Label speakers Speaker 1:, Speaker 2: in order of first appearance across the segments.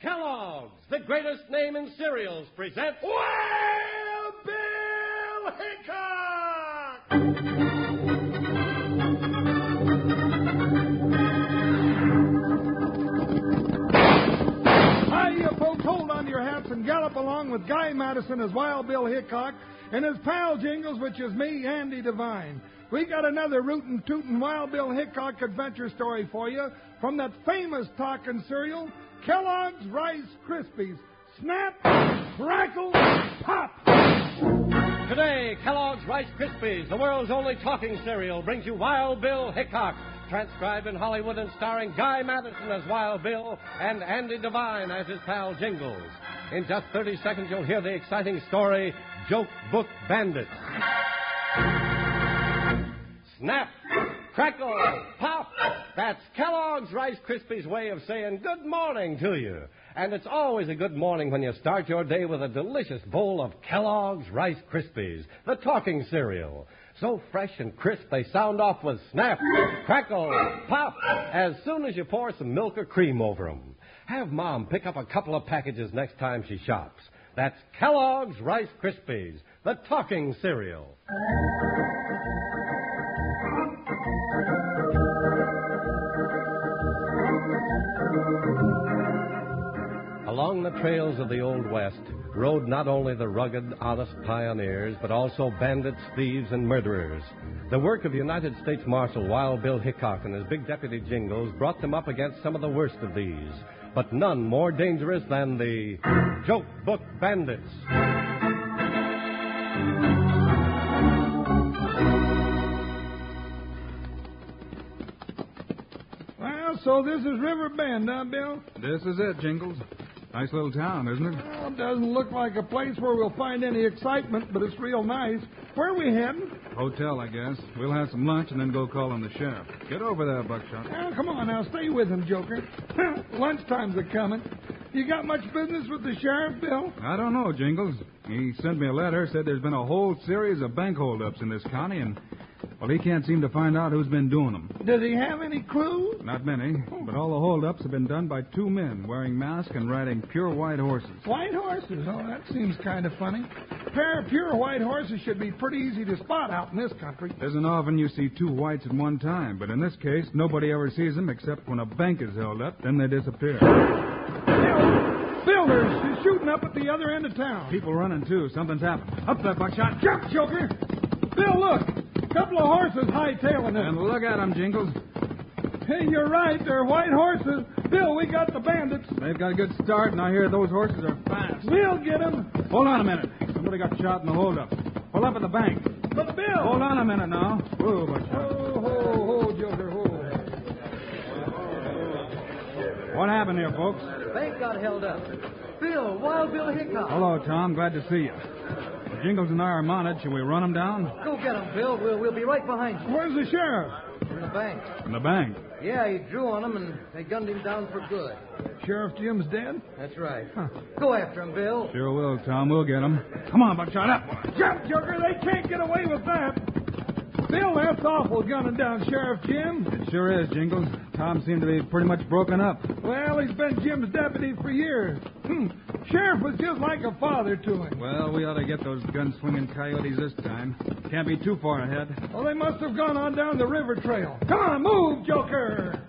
Speaker 1: Kellogg's, the greatest name in cereals, presents Wild Bill Hickok!
Speaker 2: Hi, you folks, hold on to your hats and gallop along with Guy Madison as Wild Bill Hickok and his pal Jingles, which is me, Andy Devine. We got another rootin' tootin' Wild Bill Hickok adventure story for you from that famous talking cereal, Kellogg's Rice Krispies. Snap, crackle, pop!
Speaker 1: Today, Kellogg's Rice Krispies, the world's only talking cereal, brings you Wild Bill Hickok, transcribed in Hollywood and starring Guy Madison as Wild Bill and Andy Devine as his pal Jingles. In just 30 seconds, you'll hear the exciting story Joke Book Bandits. Snap, crackle, pop. That's Kellogg's Rice Krispies way of saying good morning to you. And it's always a good morning when you start your day with a delicious bowl of Kellogg's Rice Krispies, the talking cereal. So fresh and crisp, they sound off with snap, crackle, pop as soon as you pour some milk or cream over them. Have Mom pick up a couple of packages next time she shops. That's Kellogg's Rice Krispies, the talking cereal. Along the trails of the Old West rode not only the rugged, honest pioneers, but also bandits, thieves, and murderers. The work of United States Marshal Wild Bill Hickok and his big deputy Jingles brought them up against some of the worst of these, but none more dangerous than the Joke Book Bandits.
Speaker 2: Well, so this is River Bend, huh, Bill?
Speaker 3: This is it, Jingles. Nice little town, isn't it?
Speaker 2: Well, it doesn't look like a place where we'll find any excitement, but it's real nice. Where are we heading?
Speaker 3: Hotel, I guess. We'll have some lunch and then go call on the sheriff. Get over there, Buckshot.
Speaker 2: Now, come on now, stay with him, Joker. Lunchtime's a coming. You got much business with the sheriff, Bill?
Speaker 3: I don't know, Jingles. He sent me a letter, said there's been a whole series of bank holdups in this county, and, well, he can't seem to find out who's been doing them.
Speaker 2: Does he have any clue?
Speaker 3: Not many, but all the holdups have been done by two men wearing masks and riding pure white horses.
Speaker 2: White horses. Oh, that seems kind of funny. A pair of pure white horses should be pretty easy to spot out in this country.
Speaker 3: Isn't often you see two whites at one time, but in this case, nobody ever sees them except when a bank is held up, then they disappear.
Speaker 2: Bill, Bill, they're sh- shooting up at the other end of town.
Speaker 3: People running, too. Something's happened. Up there, Buckshot.
Speaker 2: Jump, Joker! Bill, look. Couple of horses hightailing
Speaker 3: And
Speaker 2: us.
Speaker 3: look at 'em, Jingles.
Speaker 2: Hey, you're right. They're white horses. Bill, we got the bandits.
Speaker 3: They've got a good start, and I hear those horses are fast.
Speaker 2: We'll get them.
Speaker 3: Hold on a minute. Somebody got shot in the holdup. Hold up at the bank.
Speaker 2: But, Bill.
Speaker 3: Hold on a minute now. Whoa, Buckshot.
Speaker 2: Ho, ho, ho, Joker, ho.
Speaker 3: What happened here, folks?
Speaker 4: Bank got held up. Bill, Wild Bill Hickok.
Speaker 3: Hello, Tom. Glad to see you. Jingles and I are mounted. Shall we run 'em down?
Speaker 4: Go get him, Bill. We'll, we'll be right behind you.
Speaker 2: Where's the sheriff?
Speaker 4: We're in the bank.
Speaker 3: In the bank.
Speaker 4: Yeah, he drew on him and they gunned him down for good.
Speaker 2: Sheriff Jim's dead?
Speaker 4: That's right. Go after him, Bill.
Speaker 3: Sure will, Tom. We'll get 'em. Come on, Buckshot. Up.
Speaker 2: Jump, Joker. They can't get away with that. Bill, that's awful gunning down Sheriff Jim.
Speaker 3: It sure is, Jingles. Tom seemed to be pretty much broken up.
Speaker 2: Well, he's been Jim's deputy for years. Hmm. Sheriff was just like a father to him.
Speaker 3: Well, we ought to get those gun swinging coyotes this time. Can't be too far ahead.
Speaker 2: Well, they must have gone on down the river trail. Come on, move, Joker.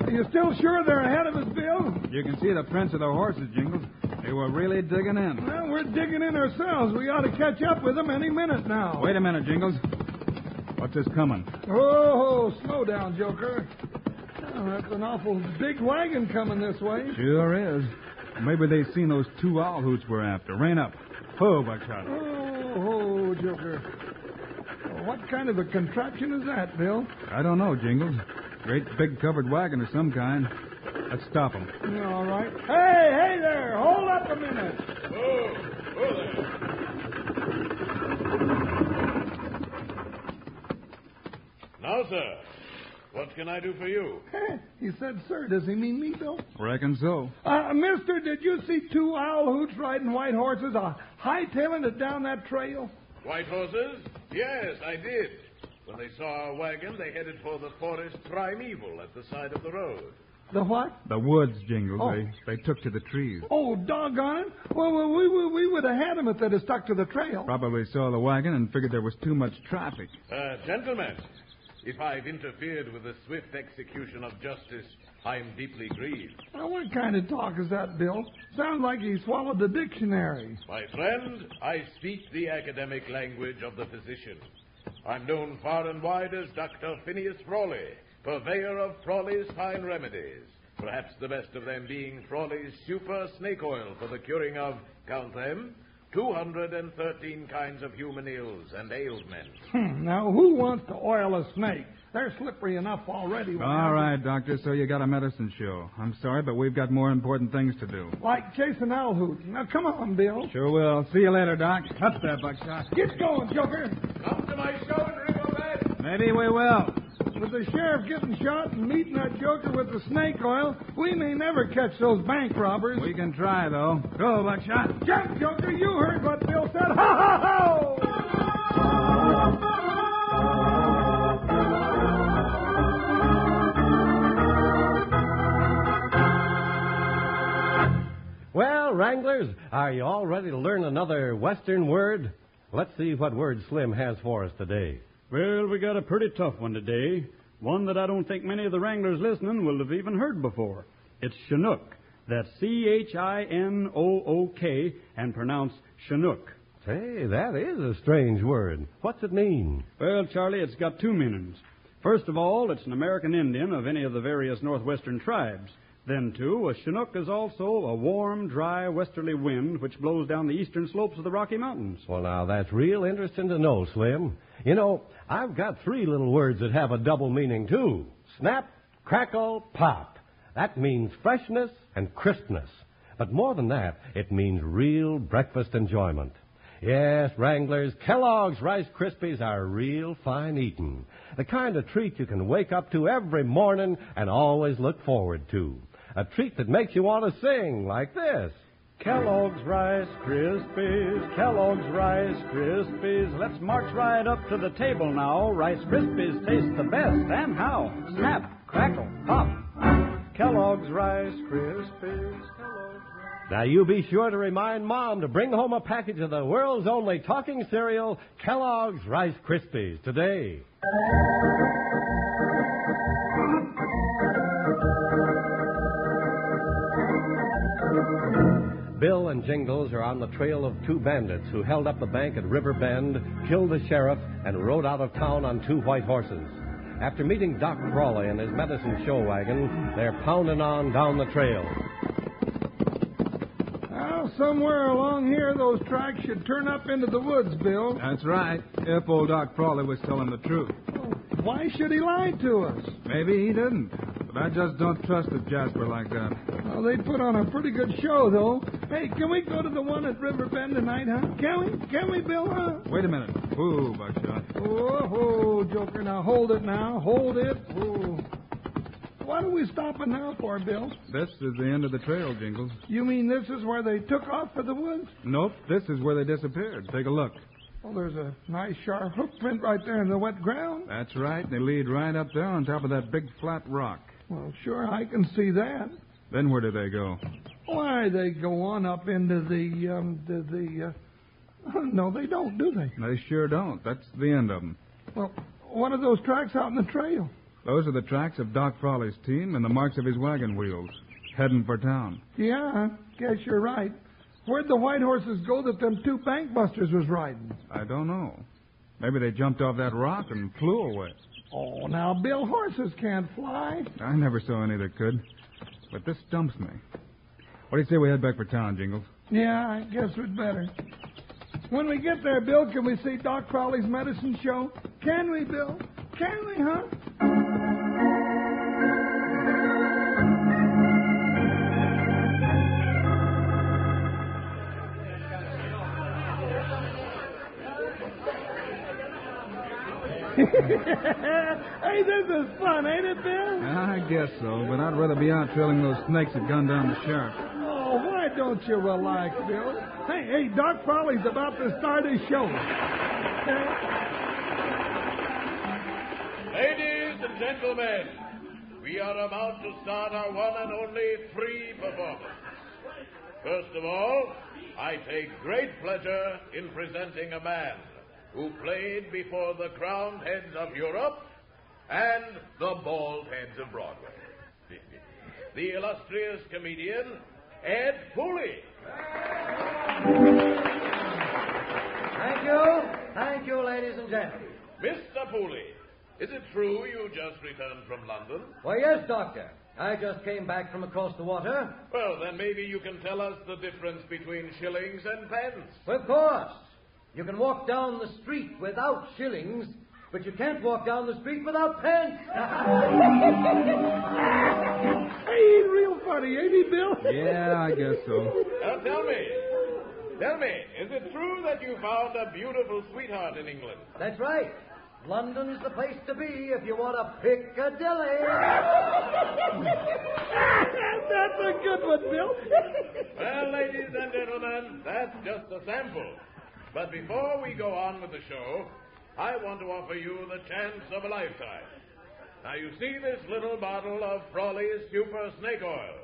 Speaker 2: Are you still sure they're ahead of us, Bill?
Speaker 3: You can see the prints of their horses, Jingles. They were really digging in.
Speaker 2: Well, we're digging in ourselves. We ought to catch up with them any minute now.
Speaker 3: Wait a minute, Jingles. What's this coming?
Speaker 2: Oh, slow down, Joker. Oh, that's an awful big wagon coming this way.
Speaker 3: Sure is. Maybe they've seen those two owl hoots we're after. Rain up. Ho, Buckshot.
Speaker 2: Oh, oh, Joker. Oh, What kind of a contraption is that, Bill?
Speaker 3: I don't know, Jingles. Great big covered wagon of some kind. Let's stop 'em.
Speaker 2: Yeah, All right. Hey, hey there! Hold up a minute.
Speaker 5: Now, sir, What can I do for you?
Speaker 2: he said, sir. Does he mean me, Bill?
Speaker 3: Reckon so.
Speaker 2: Uh, mister, did you see two owl hoots riding white horses, uh, hightailing it down that trail?
Speaker 5: White horses? Yes, I did. When they saw our wagon, they headed for the forest primeval at the side of the road.
Speaker 2: The what?
Speaker 3: The woods, Jingles.
Speaker 2: Oh.
Speaker 3: They, they took to the trees.
Speaker 2: Oh, doggone it. Well, well we, we, we would have had him if they'd have stuck to the trail.
Speaker 3: Probably saw the wagon and figured there was too much traffic.
Speaker 5: Uh, gentlemen, if I've interfered with the swift execution of justice, I am deeply grieved.
Speaker 2: Now, what kind of talk is that, Bill? Sounds like he swallowed the dictionary.
Speaker 5: My friend, I speak the academic language of the physician. I'm known far and wide as Dr. Phineas Frawley, purveyor of Frawley's fine remedies. Perhaps the best of them being Frawley's super snake oil for the curing of, count them, 213 kinds of human ills and ailments.
Speaker 2: Hmm, now, who wants to oil a snake? They're slippery enough already.
Speaker 3: All right, Doctor, so you got a medicine show. I'm sorry, but we've got more important things to do.
Speaker 2: Like chasing owl hoot. Now, come on, Bill.
Speaker 3: Sure will. See you later, Doc. Up there, Buckshot.
Speaker 2: Get going, Joker.
Speaker 5: Come to my show and remember that.
Speaker 3: Maybe we will.
Speaker 2: With the sheriff getting shot and meeting that Joker with the snake oil, we may never catch those bank robbers.
Speaker 3: We can try, though. Go, Buckshot.
Speaker 2: Jump, Joker. You heard what Bill said. Ha ha ha!
Speaker 1: Well, Wranglers, are you all ready to learn another Western word? Let's see what word Slim has for us today.
Speaker 6: Well, we got a pretty tough one today. One that I don't think many of the Wranglers listening will have even heard before. It's Chinook. That's C H I N O O K and pronounced Chinook.
Speaker 1: Say, that is a strange word. What's it mean?
Speaker 6: Well, Charlie, it's got two meanings. First of all, it's an American Indian of any of the various northwestern tribes. Then, too, a Chinook is also a warm, dry, westerly wind which blows down the eastern slopes of the Rocky Mountains.
Speaker 1: Well, now, that's real interesting to know, Slim. You know, I've got three little words that have a double meaning, too snap, crackle, pop. That means freshness and crispness. But more than that, it means real breakfast enjoyment. Yes, Wranglers, Kellogg's Rice Krispies are real fine eating. The kind of treat you can wake up to every morning and always look forward to. A treat that makes you want to sing like this.
Speaker 6: Kellogg's Rice Krispies, Kellogg's Rice Krispies. Let's march right up to the table now. Rice Krispies taste the best, and how? Snap, crackle, pop. Kellogg's Rice Krispies, Kellogg's Rice.
Speaker 1: Now, you be sure to remind Mom to bring home a package of the world's only talking cereal, Kellogg's Rice Krispies, today. Bill and Jingles are on the trail of two bandits who held up the bank at River Bend, killed the sheriff, and rode out of town on two white horses. After meeting Doc Crawley and his medicine show wagon, they're pounding on down the trail.
Speaker 2: Well, somewhere along here, those tracks should turn up into the woods, Bill.
Speaker 3: That's right. If old Doc Frawley was telling the truth.
Speaker 2: Why should he lie to us?
Speaker 3: Maybe he didn't. But I just don't trust a Jasper like that.
Speaker 2: Well, they put on a pretty good show, though. Hey, can we go to the one at River Bend tonight, huh? Can we? Can we, Bill, huh?
Speaker 3: Wait a minute. Whoa, Buckshot.
Speaker 2: Oh, ho, Joker. Now, hold it now. Hold it. Oh. What are we stopping now for, Bill?
Speaker 3: This is the end of the trail, Jingles.
Speaker 2: You mean this is where they took off for the woods?
Speaker 3: Nope, this is where they disappeared. Take a look.
Speaker 2: Well, there's a nice sharp hoof print right there in the wet ground.
Speaker 3: That's right. They lead right up there on top of that big flat rock.
Speaker 2: Well, sure, I can see that.
Speaker 3: Then where do they go?
Speaker 2: Why, they go on up into the, um, the, the, uh, no, they don't, do they?
Speaker 3: They sure don't. That's the end of them.
Speaker 2: Well, what are those tracks out in the trail?
Speaker 3: Those are the tracks of Doc Frawley's team and the marks of his wagon wheels. Heading for town.
Speaker 2: Yeah, guess you're right. Where'd the white horses go that them two bank busters was riding?
Speaker 3: I don't know. Maybe they jumped off that rock and flew away.
Speaker 2: Oh, now, Bill, horses can't fly.
Speaker 3: I never saw any that could. But this stumps me. What do you say we head back for town, Jingles?
Speaker 2: Yeah, I guess we'd better. When we get there, Bill, can we see Doc Crowley's medicine show? Can we, Bill? Can we, huh? hey, this is fun, ain't it, Bill?
Speaker 3: I guess so, but I'd rather be out trailing those snakes that gunned down the sheriff.
Speaker 2: Oh, why don't you relax, Bill? Hey, hey, Doc Foley's about to start his show.
Speaker 5: Ladies and gentlemen, we are about to start our one and only free performance. First of all, I take great pleasure in presenting a man who played before the crowned heads of Europe and the bald heads of Broadway. the illustrious comedian Ed Pooley.
Speaker 4: Thank you. Thank you, ladies and gentlemen.
Speaker 5: Mr. Pooley, is it true you just returned from London?
Speaker 4: Why, yes, Doctor. I just came back from across the water.
Speaker 5: Well, then maybe you can tell us the difference between shillings and pence.
Speaker 4: Of course. You can walk down the street without shillings, but you can't walk down the street without pence.
Speaker 2: Hey, he's real funny, ain't he, Bill?
Speaker 3: Yeah, I guess so.
Speaker 5: Now tell me, tell me, is it true that you found a beautiful sweetheart in England?
Speaker 4: That's right. London's the place to be if you want a Piccadilly.
Speaker 2: That's a good one, Bill.
Speaker 5: Well, ladies and gentlemen, that's just a sample. But before we go on with the show, I want to offer you the chance of a lifetime. Now you see this little bottle of Frawley's Super Snake Oil.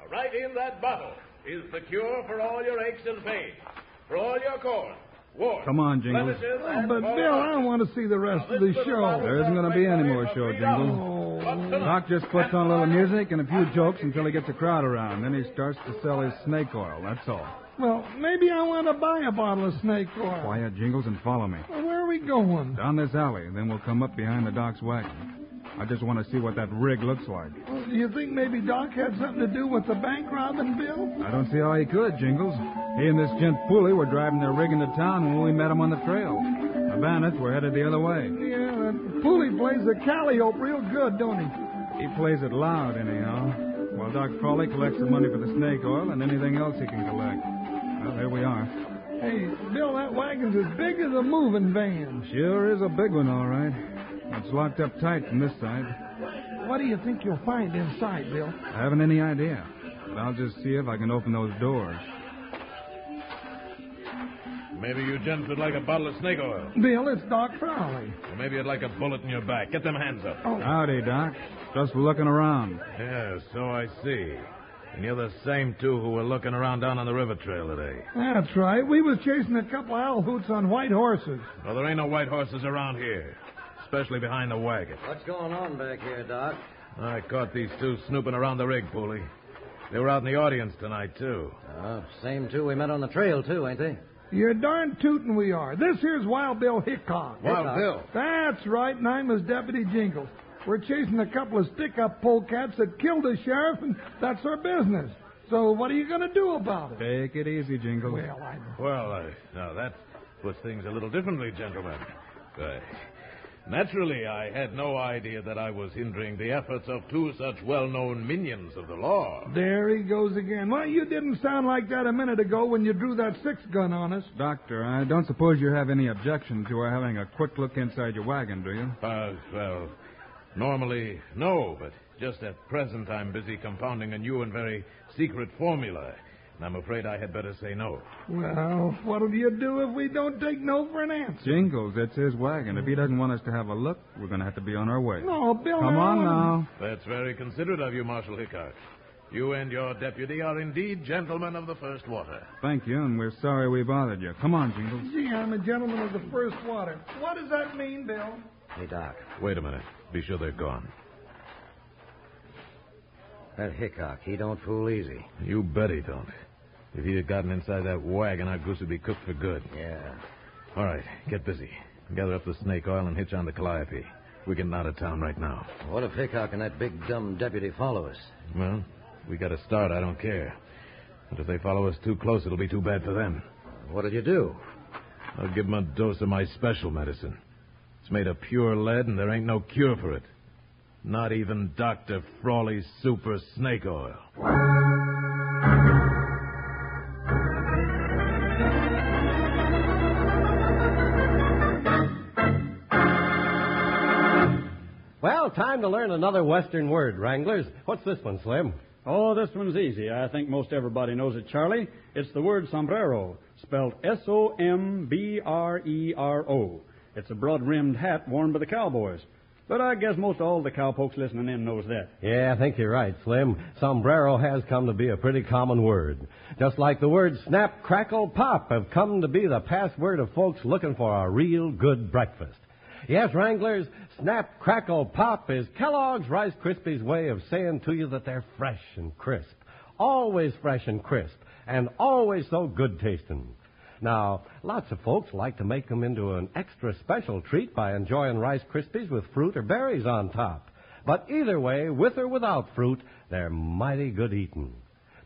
Speaker 5: Now right in that bottle is the cure for all your aches and pains, for all your corn, warts,
Speaker 3: Come on, Jingles.
Speaker 5: blemishes,
Speaker 2: Oh,
Speaker 5: and
Speaker 2: but
Speaker 5: all
Speaker 2: Bill,
Speaker 5: that.
Speaker 2: I want to see the rest of the
Speaker 5: This little bottle
Speaker 2: show.
Speaker 3: There isn't gonna be any
Speaker 5: makes
Speaker 3: more
Speaker 5: money
Speaker 3: show,
Speaker 5: for
Speaker 3: Jingles.
Speaker 5: $3.
Speaker 3: Doc just puts on a little music and a few jokes until he gets a crowd around. Then he starts to sell his snake oil, that's all.
Speaker 2: Well, maybe I want to buy a bottle of snake oil.
Speaker 3: Quiet, Jingles, and follow me.
Speaker 2: Well, Where are we going?
Speaker 3: Down this alley, then we'll come up behind the doc's wagon. I just want to see what that rig looks like.
Speaker 2: Well, Do you think maybe Doc had something to do with the bank robbing, Bill?
Speaker 3: I don't see how he could, Jingles. He and this gent Pooley were driving their rig into town when we met 'em on the trail. The bandits were headed the other way.
Speaker 2: Yeah, that Pooley plays the calliope real good, don't he?
Speaker 3: He plays it loud, anyhow. While Doc Frawley collects the money for the snake oil and anything else he can collect. Well, here we are.
Speaker 2: Hey, Bill, that wagon's as big as a moving van.
Speaker 3: Sure is a big one, all right. It's locked up tight from this side.
Speaker 2: What do you think you'll find inside, Bill?
Speaker 3: I haven't any idea. But I'll just see if I can open those doors.
Speaker 5: Maybe you gents would like a bottle of snake oil.
Speaker 2: Bill, it's Doc Crowley.
Speaker 5: Or maybe you'd like a bullet in your back. Get them hands up.
Speaker 2: Oh.
Speaker 3: Howdy, Doc. Just looking around.
Speaker 5: Yeah, so I see. And you're the same two who were looking around down on the river trail today.
Speaker 2: That's right. We was chasing a couple owl hoots on white horses.
Speaker 5: Well, there ain't no white horses around here, especially behind the wagon.
Speaker 4: What's going on back here, Doc?
Speaker 5: I caught these two snooping around the rig, Pooley. They were out in the audience tonight, too.
Speaker 4: Oh, same two we met on the trail, too, ain't they?
Speaker 2: You're darn tootin' we are. This here's Wild Bill Hickok.
Speaker 5: Wild
Speaker 4: Doc.
Speaker 5: Bill.
Speaker 2: That's right, and I'm his deputy Jingles. We're chasing a couple of stick-up polecats that killed the sheriff, and that's our business. So what are you going to do about it?
Speaker 3: Take it easy, Jingles.
Speaker 2: Well, I...
Speaker 5: Well, uh, now that puts things a little differently, gentlemen. Uh, naturally, I had no idea that I was hindering the efforts of two such well-known minions of the law.
Speaker 2: There he goes again. Well, you didn't sound like that a minute ago when you drew that six-gun on us.
Speaker 3: Doctor, I don't suppose you have any objection to our having a quick look inside your wagon, do you?
Speaker 5: Uh, well, normally, no, but just at present I'm busy compounding a new and very secret formula, and I'm afraid I had better say no.
Speaker 2: Well, what'll you do if we don't take no for an answer?
Speaker 3: Jingles, it's his wagon. If he doesn't want us to have a look, we're going to have to be on our way.
Speaker 2: No, Bill.
Speaker 3: Come
Speaker 2: I
Speaker 3: on
Speaker 2: wanna-
Speaker 3: now.
Speaker 5: That's very considerate of you, Marshal Hickok. You and your deputy are indeed gentlemen of the first water.
Speaker 3: Thank you, and we're sorry we bothered you. Come on, Jingles.
Speaker 2: Gee, I'm a gentleman of the first water. What does that mean, Bill?
Speaker 4: Hey, Doc.
Speaker 5: Wait a minute. Be sure they're gone.
Speaker 4: That Hickok, he don't fool easy.
Speaker 5: You bet he don't. If he'd have gotten inside that wagon, our goose would be cooked for good.
Speaker 4: Yeah.
Speaker 5: All right, get busy. Gather up the snake oil and hitch on the calliope. We're getting out of town right now.
Speaker 4: What if Hickok and that big dumb deputy follow us?
Speaker 5: Well, we got to start. I don't care. But if they follow us too close, it'll be too bad for them.
Speaker 4: What'll you do?
Speaker 5: I'll give them a dose of my special medicine. It's made of pure lead, and there ain't no cure for it. Not even Dr. Frawley's super snake oil.
Speaker 1: Well, time to learn another Western word, Wranglers. What's this one, Slim?
Speaker 6: Oh, this one's easy. I think most everybody knows it, Charlie. It's the word sombrero, spelled S O M B R E R O. It's a broad rimmed hat worn by the cowboys. But I guess most all the cowpokes listening in knows that.
Speaker 1: Yeah, I think you're right, Slim. Sombrero has come to be a pretty common word. Just like the words snap, crackle, pop have come to be the password of folks looking for a real good breakfast. Yes, Wranglers, snap, crackle, pop is Kellogg's Rice Krispies way of saying to you that they're fresh and crisp. Always fresh and crisp, and always so good tasting. Now, lots of folks like to make them into an extra special treat by enjoying Rice Krispies with fruit or berries on top. But either way, with or without fruit, they're mighty good eating.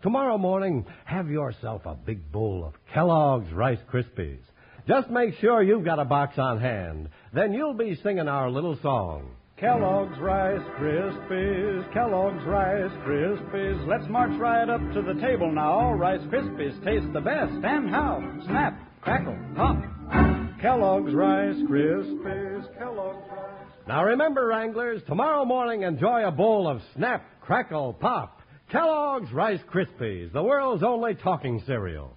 Speaker 1: Tomorrow morning, have yourself a big bowl of Kellogg's Rice Krispies. Just make sure you've got a box on hand. Then you'll be singing our little song.
Speaker 6: Kellogg's Rice Krispies, Kellogg's Rice Krispies. Let's march right up to the table now. Rice Krispies taste the best. And how? Snap, crackle, pop. Kellogg's Rice Krispies, Kellogg's Rice.
Speaker 1: Now remember, Wranglers, tomorrow morning enjoy a bowl of Snap, Crackle, Pop. Kellogg's Rice Krispies, the world's only talking cereal.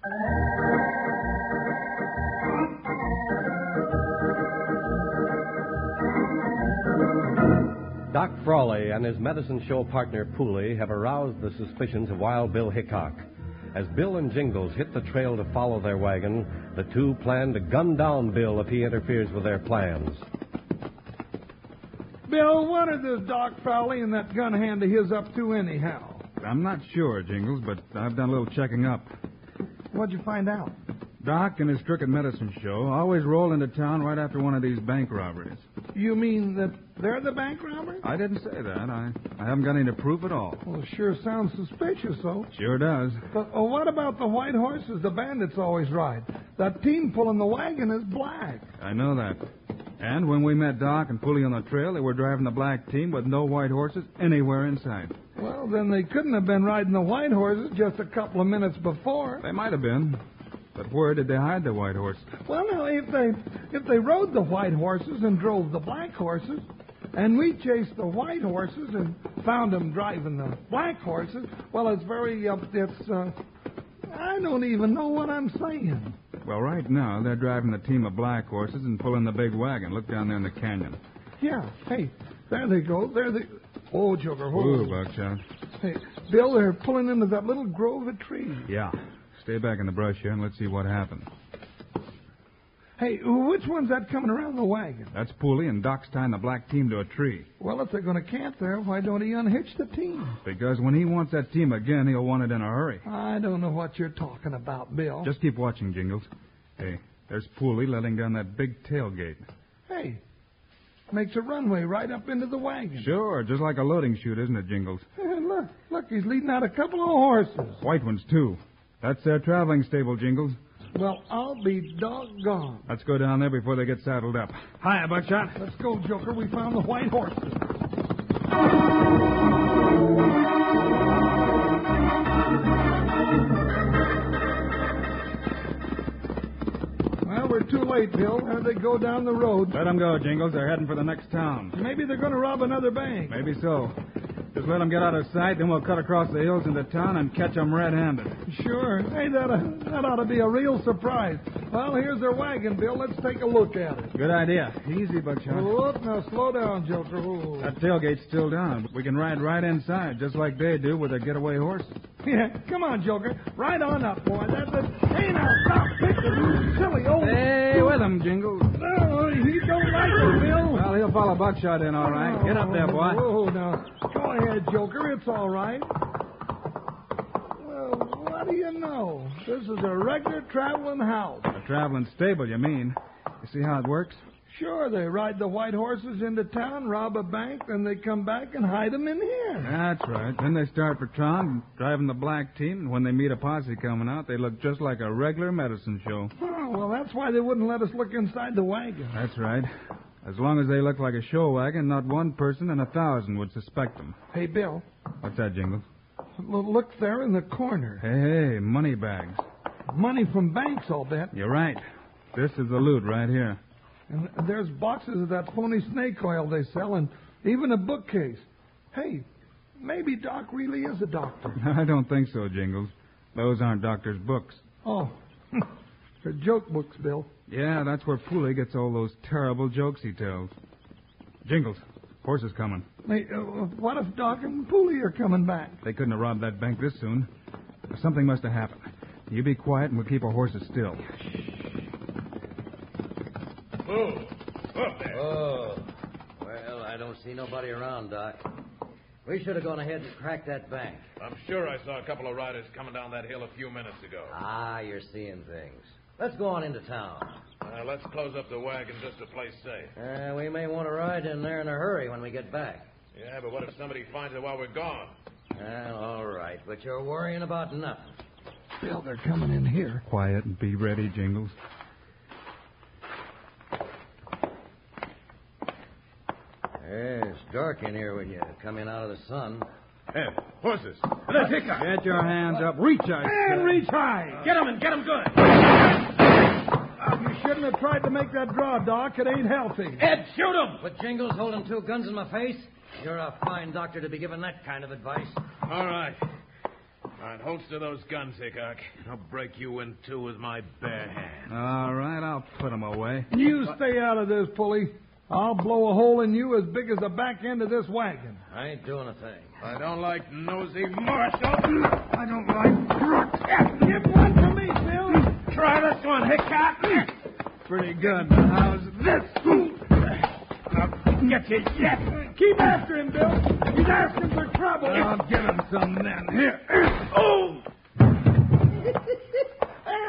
Speaker 1: Doc Frawley and his medicine show partner Pooley have aroused the suspicions of Wild Bill Hickok. As Bill and Jingles hit the trail to follow their wagon, the two plan to gun down Bill if he interferes with their plans.
Speaker 2: Bill, what are this Doc Fowley and that gun hand of his up to anyhow?
Speaker 3: I'm not sure, Jingles, but I've done a little checking up.
Speaker 2: What'd you find out?
Speaker 3: Doc and his crooked medicine show always roll into town right after one of these bank robberies.
Speaker 2: You mean that they're the bank robbers?
Speaker 3: I didn't say that. I, I haven't got any proof at all.
Speaker 2: Well, it sure sounds suspicious, though.
Speaker 3: Sure does.
Speaker 2: But oh, what about the white horses the bandits always ride? That team pulling the wagon is black.
Speaker 3: I know that. And when we met Doc and Pulley on the trail, they were driving the black team with no white horses anywhere in sight.
Speaker 2: Well, then they couldn't have been riding the white horses just a couple of minutes before.
Speaker 3: They might have been. But where did they hide the white horse?
Speaker 2: Well, now if they if they rode the white horses and drove the black horses, and we chased the white horses and found them driving the black horses, well, it's very uh, it's uh, I don't even know what I'm saying.
Speaker 3: Well, right now, they're driving the team of black horses and pulling the big wagon. Look down there in the canyon.
Speaker 2: Yeah, hey, there they go. There they. Oh, Joker, hold
Speaker 3: Ooh,
Speaker 2: on.
Speaker 3: Buckshot.
Speaker 2: Hey, Bill, they're pulling into that little grove of trees.
Speaker 3: Yeah. Stay back in the brush here and let's see what happens.
Speaker 2: Hey, which one's that coming around the wagon?
Speaker 3: That's Pooley and Doc's tying the black team to a tree.
Speaker 2: Well, if they're going to camp there, why don't he unhitch the team?
Speaker 3: Because when he wants that team again, he'll want it in a hurry.
Speaker 2: I don't know what you're talking about, Bill.
Speaker 3: Just keep watching, Jingles. Hey, there's Pooley letting down that big tailgate.
Speaker 2: Hey, makes a runway right up into the wagon.
Speaker 3: Sure, just like a loading chute, isn't it, Jingles?
Speaker 2: Hey, look, look, he's leading out a couple of horses.
Speaker 3: White ones, too. That's their traveling stable, Jingles.
Speaker 2: Well, I'll be doggone.
Speaker 3: Let's go down there before they get saddled up. Hiya, Buckshot.
Speaker 2: Let's go, Joker. We found the white horses. Well, we're too late, Bill. There they go down the road.
Speaker 3: Let 'em go, Jingles. They're heading for the next town.
Speaker 2: Maybe they're going to rob another bank.
Speaker 3: Maybe so. Just let 'em get out of sight, then we'll cut across the hills into town and catch 'em red-handed.
Speaker 2: Sure. Hey, that, uh, that ought to be a real surprise. Well, here's their wagon, Bill. Let's take a look at it.
Speaker 3: Good idea. Easy, Buckshot.
Speaker 2: Whoop, now slow down, Joker. Whoa.
Speaker 3: That tailgate's still down. We can ride right inside, just like they do with their getaway horses.
Speaker 2: Yeah, come on, Joker. Right on up, boy. That's a... Hey, now, stop picking you silly old...
Speaker 3: Hey, with 'em, Jingles.
Speaker 2: No, he don't like it, Bill.
Speaker 3: Well, he'll follow Buckshot in, all right. Get up there, boy.
Speaker 2: Whoa, now. Go ahead, Joker. It's all right. Well, what do you know? This is a regular traveling house.
Speaker 3: A traveling stable, you mean? You see how it works?
Speaker 2: Sure, they ride the white horses into town, rob a bank, then they come back and hide them in here.
Speaker 3: That's right. Then they start for town, driving the black team, and when they meet a posse coming out, they look just like a regular medicine show.
Speaker 2: Oh, well, that's why they wouldn't let us look inside the wagon.
Speaker 3: That's right. As long as they look like a show wagon, not one person in a thousand would suspect them.
Speaker 2: Hey, Bill,
Speaker 3: What's that, Jingles?
Speaker 2: l- look there in the corner.
Speaker 3: Hey, hey, money bags.
Speaker 2: Money from banks, I'll bet.
Speaker 3: You're right. This is the loot right here.
Speaker 2: And there's boxes of that phony snake oil they sell, and even a bookcase. Hey, maybe Doc really is a doctor.
Speaker 3: I don't think so, Jingles. Those aren't doctor's books.
Speaker 2: Oh, they're joke books, Bill.
Speaker 3: Yeah, that's where Pooley gets all those terrible jokes he tells. Jingles, horse is coming.
Speaker 2: Hey, uh, what if Doc and Pooley are coming back?
Speaker 3: They couldn't have robbed that bank this soon. Something must have happened. You be quiet and we'll keep our horses still.
Speaker 5: Oh, up there.
Speaker 4: Oh. Well, I don't see nobody around, Doc. We should have gone ahead and cracked that bank.
Speaker 5: I'm sure I saw a couple of riders coming down that hill a few minutes ago.
Speaker 4: Ah, you're seeing things. Let's go on into town.
Speaker 5: Uh, let's close up the wagon just to play safe.
Speaker 4: Uh, we may want to ride in there in a hurry when we get back.
Speaker 5: Yeah, but what if somebody finds it while we're gone?
Speaker 4: Well, all right, but you're worrying about nothing.
Speaker 2: Bill, they're coming in here.
Speaker 3: Quiet and be ready, Jingles.
Speaker 4: Yeah, it's dark in here when you come in out of the sun.
Speaker 5: Hey, horses. Let's hiccup.
Speaker 3: Get your hands up. Reach out.
Speaker 2: And reach high.
Speaker 5: Get them and get them good.
Speaker 2: You shouldn't have tried to make that draw, Doc. It ain't healthy.
Speaker 5: Ed, shoot them.
Speaker 4: But Jingles holding two guns in my face? You're a fine doctor to be giving that kind of advice.
Speaker 5: All right. All right, holster those guns, Hickok. I'll break you in two with my bare hand.
Speaker 3: All right, I'll put them away.
Speaker 2: You stay out of this, Pulley. I'll blow a hole in you as big as the back end of this wagon.
Speaker 4: I ain't doing a thing.
Speaker 5: I don't like nosy Marshall.
Speaker 2: I don't like crooks. Give one to me, Bill.
Speaker 5: Try this one, Hickok.
Speaker 3: Pretty good. How's
Speaker 5: This. I'll get you yet.
Speaker 2: Keep after him, Bill. He's asking for trouble.
Speaker 3: give him some then.
Speaker 5: Here. Oh.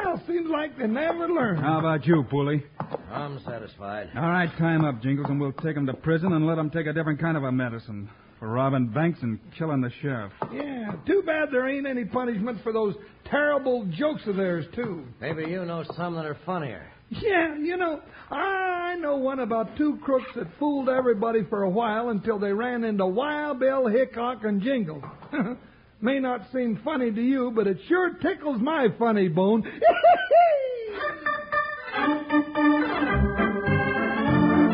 Speaker 2: Well, seems like they never learn.
Speaker 3: How about you, Pulley?
Speaker 4: I'm satisfied.
Speaker 3: All right, time up, Jingles, and we'll take 'em to prison and let 'em take a different kind of a medicine for robbing banks and killing the sheriff.
Speaker 2: Yeah, too bad there ain't any punishment for those terrible jokes of theirs, too.
Speaker 4: Maybe you know some that are funnier.
Speaker 2: Yeah, you know, I know one about two crooks that fooled everybody for a while until they ran into Wild Bill Hickok and Jingle. May not seem funny to you, but it sure tickles my funny bone.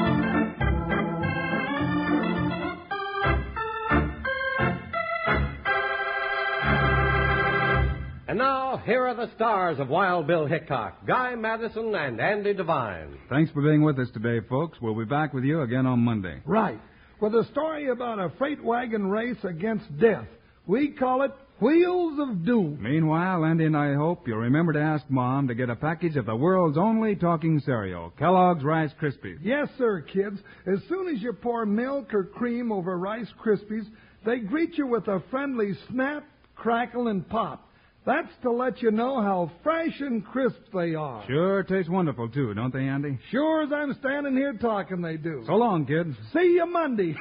Speaker 1: And now, here are the stars of Wild Bill Hickok, Guy Madison, and Andy Devine.
Speaker 3: Thanks for being with us today, folks. We'll be back with you again on Monday.
Speaker 2: right, with a story about a freight wagon race against death. We call it Wheels of Doom.
Speaker 3: Meanwhile, Andy and I hope you'll remember to ask Mom to get a package of the world's only talking cereal, Kellogg's Rice Krispies.
Speaker 2: Yes, sir, kids. As soon as you pour milk or cream over Rice Krispies, they greet you with a friendly snap, crackle, and pop. That's to let you know how fresh and crisp they are.
Speaker 3: Sure tastes wonderful, too, don't they, Andy?
Speaker 2: Sure as I'm standing here talking, they do.
Speaker 3: So long, kids.
Speaker 2: See you Monday.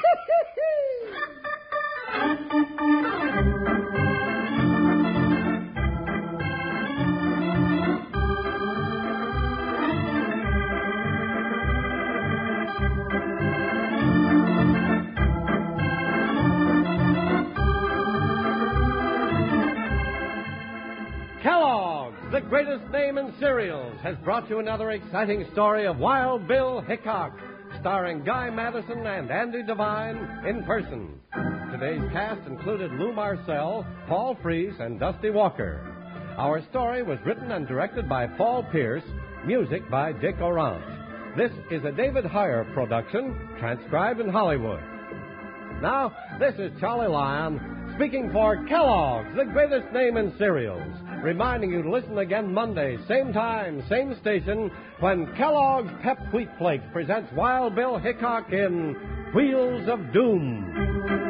Speaker 1: Kellogg's, the greatest name in cereals, has brought you another exciting story of Wild Bill Hickok, starring Guy Madison and Andy Devine in person. Today's cast included Lou Marcel, Paul Frees, and Dusty Walker. Our story was written and directed by Paul Pierce, music by Dick Orant. This is a David Heyer production, transcribed in Hollywood. Now, this is Charlie Lyon speaking for Kellogg's, the greatest name in cereals, reminding you to listen again Monday, same time, same station, when Kellogg's Pep Wheat Flakes presents Wild Bill Hickok in Wheels of Doom.